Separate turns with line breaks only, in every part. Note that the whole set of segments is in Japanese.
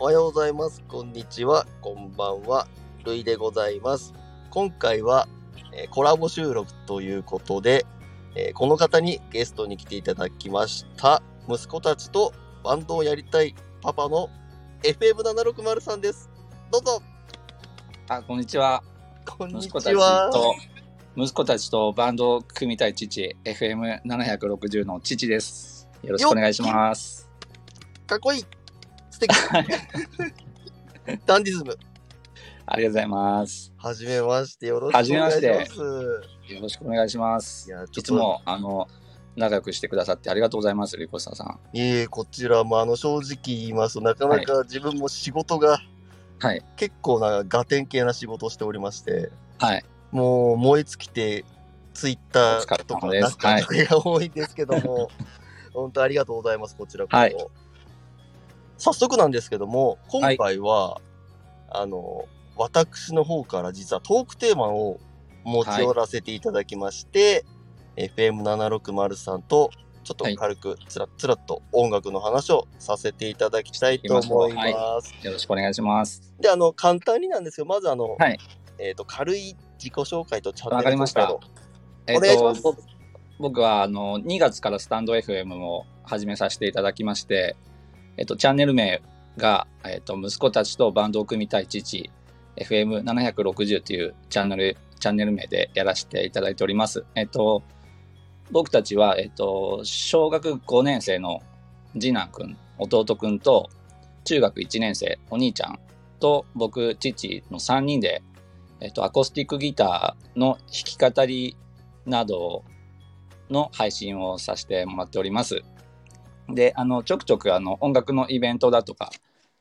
おはようございます。こんにちは。こんばんは。るいでございます。今回は、えーコラボ収録ということで、えーこの方にゲストに来ていただきました。息子たちとバンドをやりたいパパの FM760 さんです。どうぞ。
あ、こんにちは。
こんに
息
ち
子たち
は。
と、息子たちとバンドを組みたい父、FM760 の父です。よろしくお願いします。
かっこいい。素 敵。ダンディズム。
ありがとうございます。
はじめまして。よろしくお願いします。
はじめましよろしくお願いします。
い
い
やちょっと
つも、あの、仲良くしてくださってありがとうございます、リコスターさん。
いえいえ、こちらもあの正直言いますとなかなか自分も仕事が
はい。
結構なガテン系な仕事をしておりまして、
はい。
もう燃え尽きてツイッタ
お疲れ
ーとか
様です
出した時が多いんですけど も、本当ありがとうございます、こちらこそ。
はい
早速なんですけども、今回は、あの、私の方から実はトークテーマを持ち寄らせていただきまして、FM760 さんとちょっと軽くつらつらっと音楽の話をさせていただきたいと思います。
はいよろしくお願いします。
で、あの、簡単になんですけど、まずあの、
はい
えっ、と、軽い自己紹介とチャンネル
わかりました
紹介を
えっ
お願いします。
と、僕は、あの、2月からスタンド FM を始めさせていただきまして、えっと、チャンネル名が、えっと、息子たちとバンドを組みたい父、FM760 というチャンネル、チャンネル名でやらせていただいております。えっと、僕たちは、えっと、小学5年生の次男くん、弟くんと、中学1年生、お兄ちゃんと、僕、父の3人で、えっと、アコースティックギターの弾き語りなどの配信をさせてもらっております。で、あの、ちょくちょくあの音楽のイベントだとか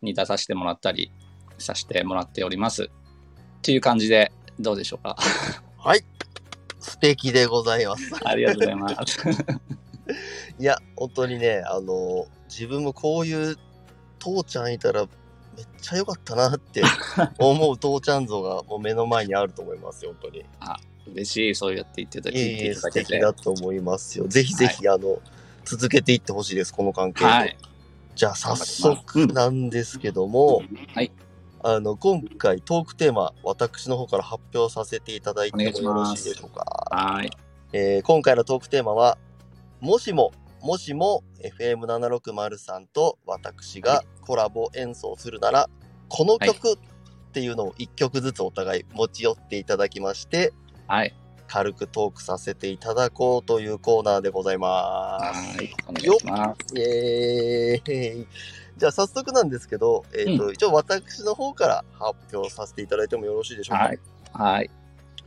に出させてもらったりさせてもらっております。っていう感じで、どうでしょ うか。
はい。素敵でございます。
ありがとうございます。
いや、本当にね、あの、自分もこういう父ちゃんいたら、めっちゃ良かったなって 思う父ちゃん像がもう目の前にあると思いますよ、本当に。
嬉しい、そうやって言ってた
い
聞い
えい
て
え、
いただ
素
け
敵
て。
だと思いますよ。ぜひぜひ、あの、続けていってほしいです、この関係を。
はい。
じゃあ、早速なんですけども、
はい。
あの今回トークテーマ私の方から発表させていただいてもよろしいでしょうか、
はい。
えー今回のトークテーマはもしももしも FM760 さんと私がコラボ演奏するならこの曲っていうのを1曲ずつお互い持ち寄っていただきまして
はい。
軽くトークさせていただこうというコーナーでございます。
はい。お願いします。
イエーイじゃあ早速なんですけど、えーと一応私の方から発表させていただいてもよろしいでしょうか、
はい。はい。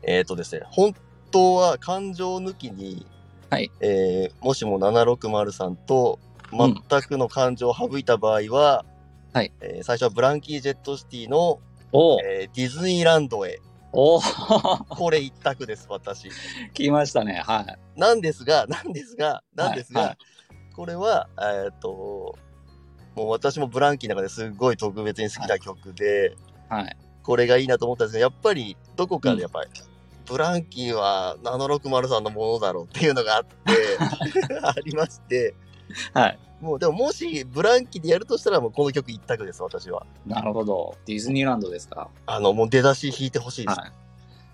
えっ、とですね、本当は感情抜きに、
はい
えーもしも760さんと全くの感情を省いた場合は、
はい
えー最初はブランキー・ジェット・シティの、
おー
えーディズニーランドへ、
おー
これ一択です、私。
来ましたね。はい。
なんですが、 なんですが、なんですが、
はいはい
これは、えーっと、もう私もブランキーの中ですごい特別に好きな曲で、
はい。
これがいいなと思ったんですが、やっぱりどこかでやっぱり、ブランキーは760さんのものだろうっていうの があってありまして、
はい。
もうでももしブランキーでやるとしたらもうこの曲一択です、私は。
なるほど。ディズニーランドですか。
あの、もう出だし弾いてほしいです。
はい。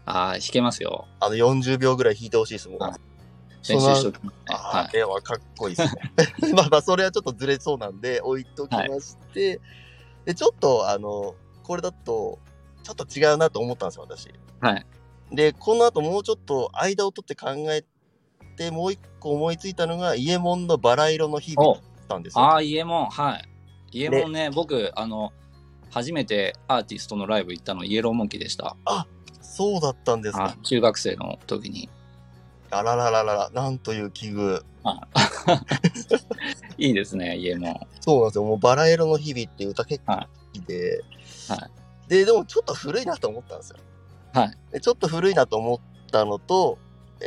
ああ、弾けますよ。
あの40秒ぐらい弾いてほしいです、もう。
はい
そ
練
の
習しときますね。
あ
は
れはかっこいいですね。 まあまあ、それはちょっとずれそうなんで、置いときまして、で、ちょっと、あの、これだと、ちょっと違うなと思ったんですよ、私。
い。はい。
で、この後もうちょっと間を取って考えて、もう一個思いついたのが、イエモンのバラ色の日々だ
お
ったんですよ。
ああ、イエモン。はい。イエモンね、僕、あの、初めてアーティストのライブ行ったの、イエローモンキーでした。
そうだったんです
あ
か。
中学生の時に。
あららららら、なんという奇遇。
いいですね、イエモン。
そうなんですよ。もうバラ色の日々っていう歌結構好きで、
はいは
で、でもちょっと古いなと思ったんですよ。
はい
でちょっと古いなと思ったのと、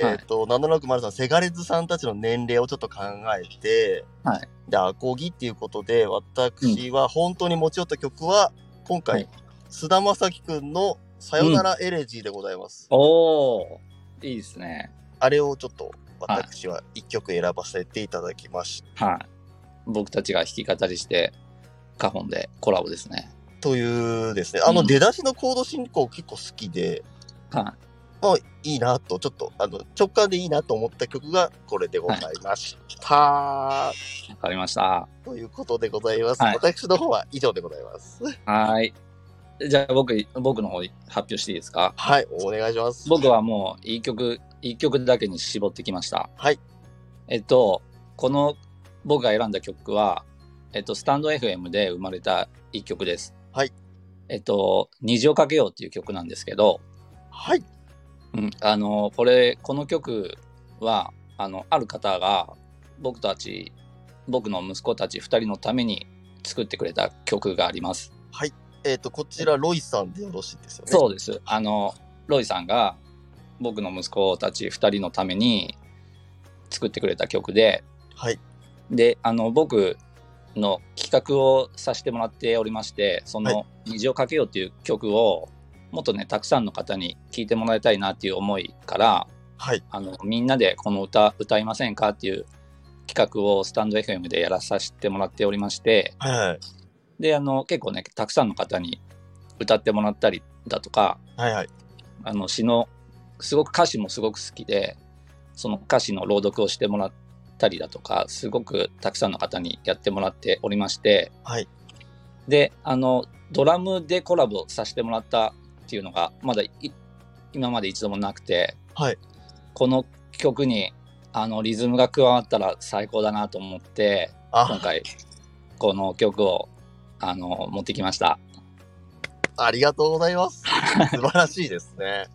はい
えっ、と、760さん、セガレズさんたちの年齢をちょっと考えて、
はい
で、アコギっていうことで、私は本当に持ち寄った曲は、今
はい
回、菅、田将暉くんのさよならエレジーでございます。
おおいいですね。
あれをちょっと、私は一曲選ばせていただきました。
はい。僕たちが弾き語りして、カホンでコラボですね。
というですね、あの
うん
出だしのコード進行結構好きで、
は
まあいいなと、ちょっとあの直感でいいなと思った曲がこれでございました。
い、わかりました。
ということでございます。
はい
私の方は以上でございます。
はい。じゃあ僕、僕の方発表していいですか
はい、お願いします。
僕はもう一曲、一曲だけに絞ってきました。
はい。
えっと、この僕が選んだ曲は、えっと、スタンド FM で生まれた一曲です。
はい。
えっと、虹をかけようっていう曲なんですけど、
はい、
うん、あのこれこの曲はあのある方が僕たち僕の息子たち2人のために作ってくれた曲があります。
えっ、と、こちら、ロイさんでよろしいですよね。
そうですあのロイさんが僕の息子たち2人のために作ってくれた曲で
はい、
であの僕の企画をさせてもらっておりましてそ
は
の「虹をかけよう」っていう曲をもっとねたくさんの方に聴いてもらいたいなっていう思いから
はい、
あのみんなでこの歌歌いませんかっていう企画をスタンド FM でやらさせてもらっておりまして
はい、
であの結構ねたくさんの方に歌ってもらったりだとか
はい、はい、
あの詩のすごく歌詞もすごく好きでその歌詞の朗読をしてもらったりだとかすごくたくさんの方にやってもらっておりまして
はい、
であのドラムでコラボさせてもらったっていうのがまだい今まで一度もなくて、
はい
この曲にあのリズムが加わったら最高だなと思って今
あ、
回この曲をあの持ってきました。
ありがとうござい ます。素晴らしいですね。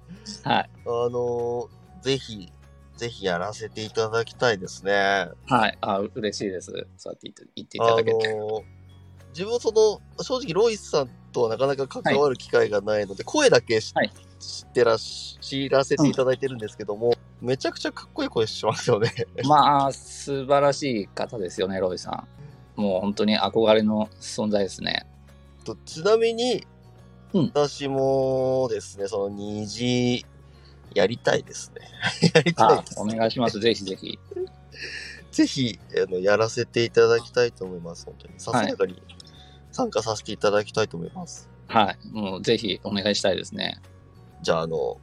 はい、
あのーぜひ、ぜひやらせていただきたいですね。
はい、あ嬉しいですそうやって言って言ってい
あ
た
の
だけて。
ー自分その、正直、ロイさんとはなかなか関わる機会がないので、声だけし
はい
知ってらし、知らせていただいてるんですけども、めちゃくちゃかっこいい声しますよね。
まあ素晴らしい方ですよねロイさんもう本当に憧れの存在ですね
とちなみに、
うん
私もですね、その虹、やりたいですね。 やりたい
あ
です、
お願いしますぜひぜひ
ぜひあの、やらせていただきたいと思います。本当に。さすがに参加させていただきたいと思います。
はいもうぜひお願いしたいですね
じゃあ、あの、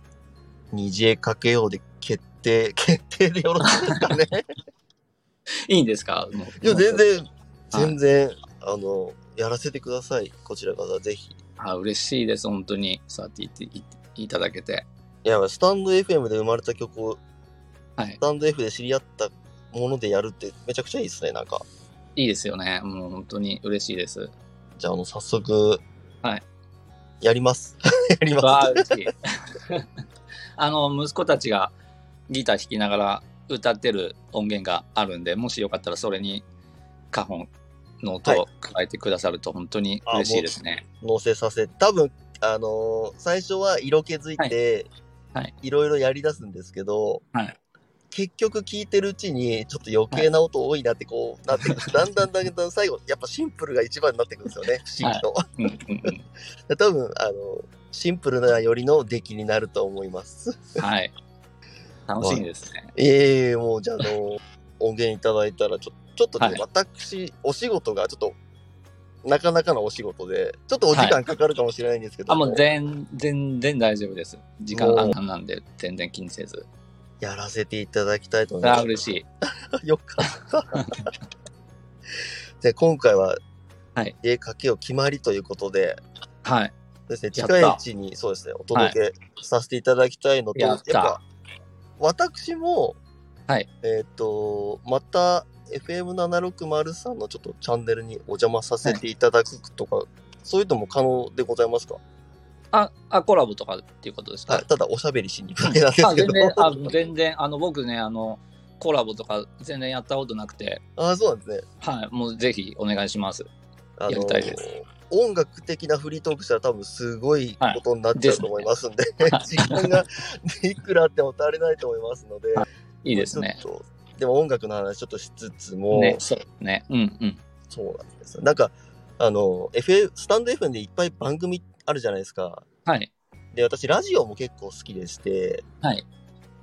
虹へかけようで決定、 決定でよろしいですか ね。
いいんですかもう
いや、全然、
はい
全然、あの、やらせてください。こちらからぜひ。
あ嬉しいです本当にそうやって言っていいただけて
いや、スタンド FM で生まれた曲を、
はい
スタンド F で知り合ったものでやるってめちゃくちゃいいですね、なんか。
いいですよねもう本当に嬉しいです
じゃあ、あの、早速。
はい。
やります。 やります。
わあ嬉しい あの息子たちがギター弾きながら歌ってる音源があるんでもしよかったらそれにカホンの音を加えてくださると本当に嬉しいですね、
載せさせ、多分、あのー最初は色気づいて、
はいはい
ろいろやり出すんですけど、
はい
結局聞いてるうちに、ちょっと余計な音多いなってこう、なってく る。だんだんだんだん最後、やっぱシンプルが一番になってくるんですよね、不思議と。
うんうんう ん
多分、あのシンプルなよりの出来になると思います。
はい。楽しみですね。
ええもうじゃあ、あの 音源いただいたら、ちょちょっとね、
はい
私、お仕事がちょっと、なかなかのお仕事で、ちょっとお時間かかるかもしれないんですけど
あ、
も、
もう全全然大丈夫です。時間
おー
あんなんなんで、全然気にせず。
やらせていただきたいと思います。
あ、嬉しい。
よかった。で今回は、
はい
家かけを決まりということで、
はい。
ですね、
やった
近いうちにそうですね、お届けさせていただきたいのと、
やった
私も、
はい
えっ、と、また FM760 んのちょっとチャンネルにお邪魔させていただくとか、そういうのも可能でございますか、
あ、あ、コラボとかっていうことですか、
あただおしゃべりしに行くだけなんです
あ、
け
全
ど。
然、あ、全然、あの、僕ね、あの、コラボとか全然やったことなくて、
あそうなんですね。
はい。もうぜひお願いします。
あの
やりたいです
音楽的なフリートークしたら多分すごいことになっちゃうと思いますんで、
はい
時間がいくらあっても足りないと思います ので、
いいですね。
ちょっと。でも音楽の話ちょっとしつつも、
ね、そうね。うんうん。
そうなんですよ。なんか、あの、FA、スタンド FM でいっぱい番組あるじゃないですか。
はい。
で、私、ラジオも結構好きでして、
はい。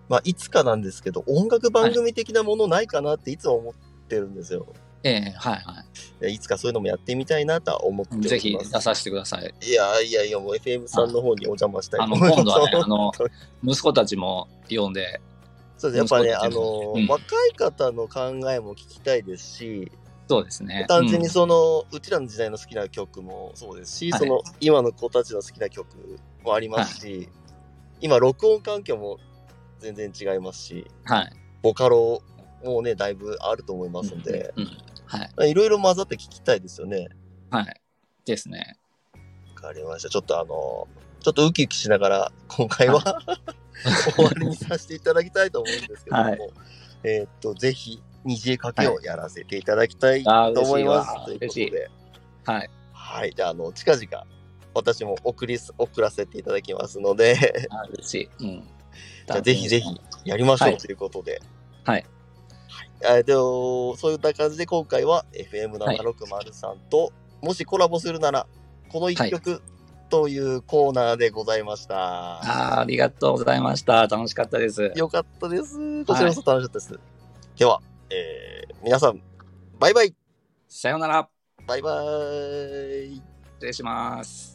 まあ、いつかなんですけど、音楽番組的なものないかなっていつも思ってるんですよ。
ええはいはい
やいつかそういうのもやってみたいなとは思ってお
い。
ります。
ぜひ出させてください。
いやいやいや、もう FM さんの方にお邪魔したいと
あ の、
思います。
今度はね、あの
当に、
息子たちも読んで、
そうですやっぱね、
息子
あ
たち
の、
うん
若い方の考えも聞きたいですし、
そうですね。
単純に
うん
その、うちらの時代の好きな曲もそうですし、
はい
その、今の子たちの好きな曲もありますし、今、録音環境も全然違いますし、
はい。
ボカロもね、だいぶあると思いますので、
うん、うんはい。
いろいろ混ざって聞きたいですよね。
はい。ですね。
わかりました。ちょっとあの、ちょっとウキウキしながら、今回は、 終わりにさせていただきたいと思うんですけども、
はい
えーっと、ぜひ、二次絵かけをやらせていただきたいと
あー嬉
思い
しい
ま
わ
す。ということ
嬉しい。
で、
はい。
はい。じゃあ、あの、近々、私も送りす、送らせていただきますので、
あ嬉しい。うん。
じゃあぜひぜひやりましょ
は
う
い
ということで。
はい。
えっと、そういった感じで今回は FM760 と、もしコラボするなら、この一曲というコーナーでございました。
あーありがとうございました。楽しかったです。
よかったです。こちらこそ楽しかったです。では、えー皆さん、バイバイ
さようなら。
バイバイ
失礼します。